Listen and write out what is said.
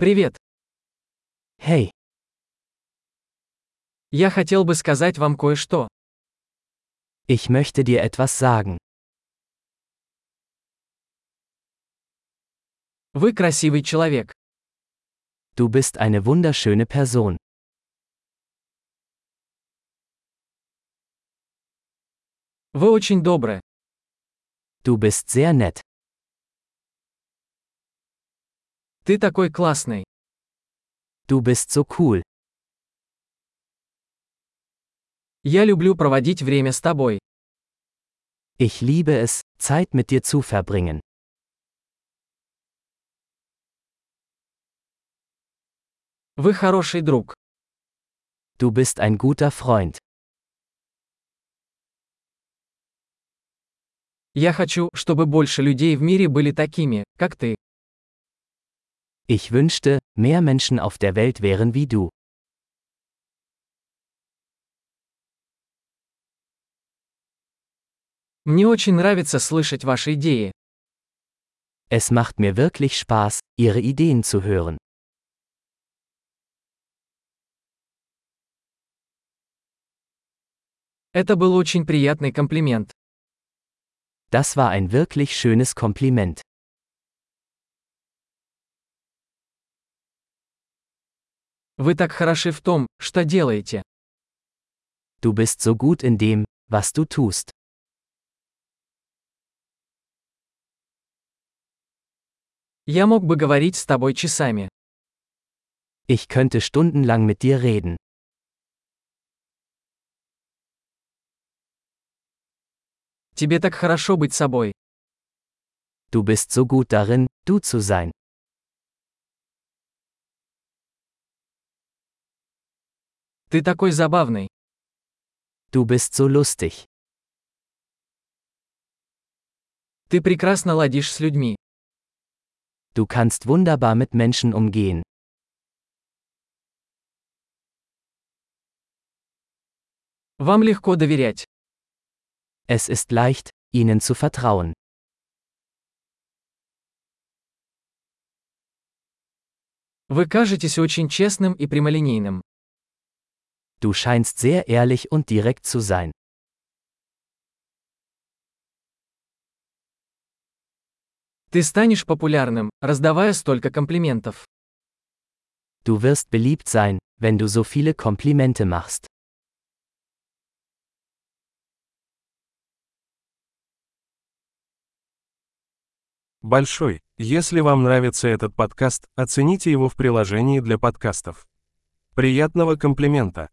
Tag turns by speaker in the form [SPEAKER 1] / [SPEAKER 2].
[SPEAKER 1] Привет. Hey. Я хотел бы сказать вам кое-что.
[SPEAKER 2] Ich möchte dir etwas sagen.
[SPEAKER 1] Вы красивый человек.
[SPEAKER 2] Du bist eine wunderschöne Person.
[SPEAKER 1] Вы очень добры.
[SPEAKER 2] Du bist sehr nett.
[SPEAKER 1] Ты такой классный.
[SPEAKER 2] Du bist so cool.
[SPEAKER 1] Я люблю проводить время с тобой.
[SPEAKER 2] Ich liebe es, Zeit mit dir zu verbringen.
[SPEAKER 1] Вы хороший друг.
[SPEAKER 2] Du bist ein guter Freund.
[SPEAKER 1] Я хочу, чтобы больше людей в мире были такими, как ты.
[SPEAKER 2] Ich wünschte, mehr Menschen auf der Welt wären wie du.
[SPEAKER 1] Мне очень нравится слышать ваши идеи.
[SPEAKER 2] Es macht mir wirklich Spaß, Ihre Ideen zu hören.
[SPEAKER 1] Это был очень приятный комплимент.
[SPEAKER 2] Das war ein wirklich schönes Kompliment.
[SPEAKER 1] Вы так хороши в том, что делаете.
[SPEAKER 2] Du bist so gut in dem, was du tust.
[SPEAKER 1] Я мог бы говорить с тобой часами.
[SPEAKER 2] Ich könnte stundenlang mit dir reden.
[SPEAKER 1] Тебе так хорошо быть собой.
[SPEAKER 2] Du bist so gut darin, du zu sein.
[SPEAKER 1] Ты такой забавный.
[SPEAKER 2] Du bist so lustig.
[SPEAKER 1] Ты прекрасно ладишь с людьми.
[SPEAKER 2] Du kannst wunderbar mit Menschen umgehen.
[SPEAKER 1] Вам легко доверять.
[SPEAKER 2] Es ist leicht, ihnen zu vertrauen.
[SPEAKER 1] Вы кажетесь очень честным и прямолинейным.
[SPEAKER 2] Du scheinst sehr ehrlich und direkt zu sein.
[SPEAKER 1] Ты станешь популярным, раздавая столько комплиментов.
[SPEAKER 2] Du wirst beliebt sein, wenn du so viele Komplimente machst.
[SPEAKER 3] Большой, если вам нравится этот подкаст, оцените его в приложении для подкастов. Приятного комплимента!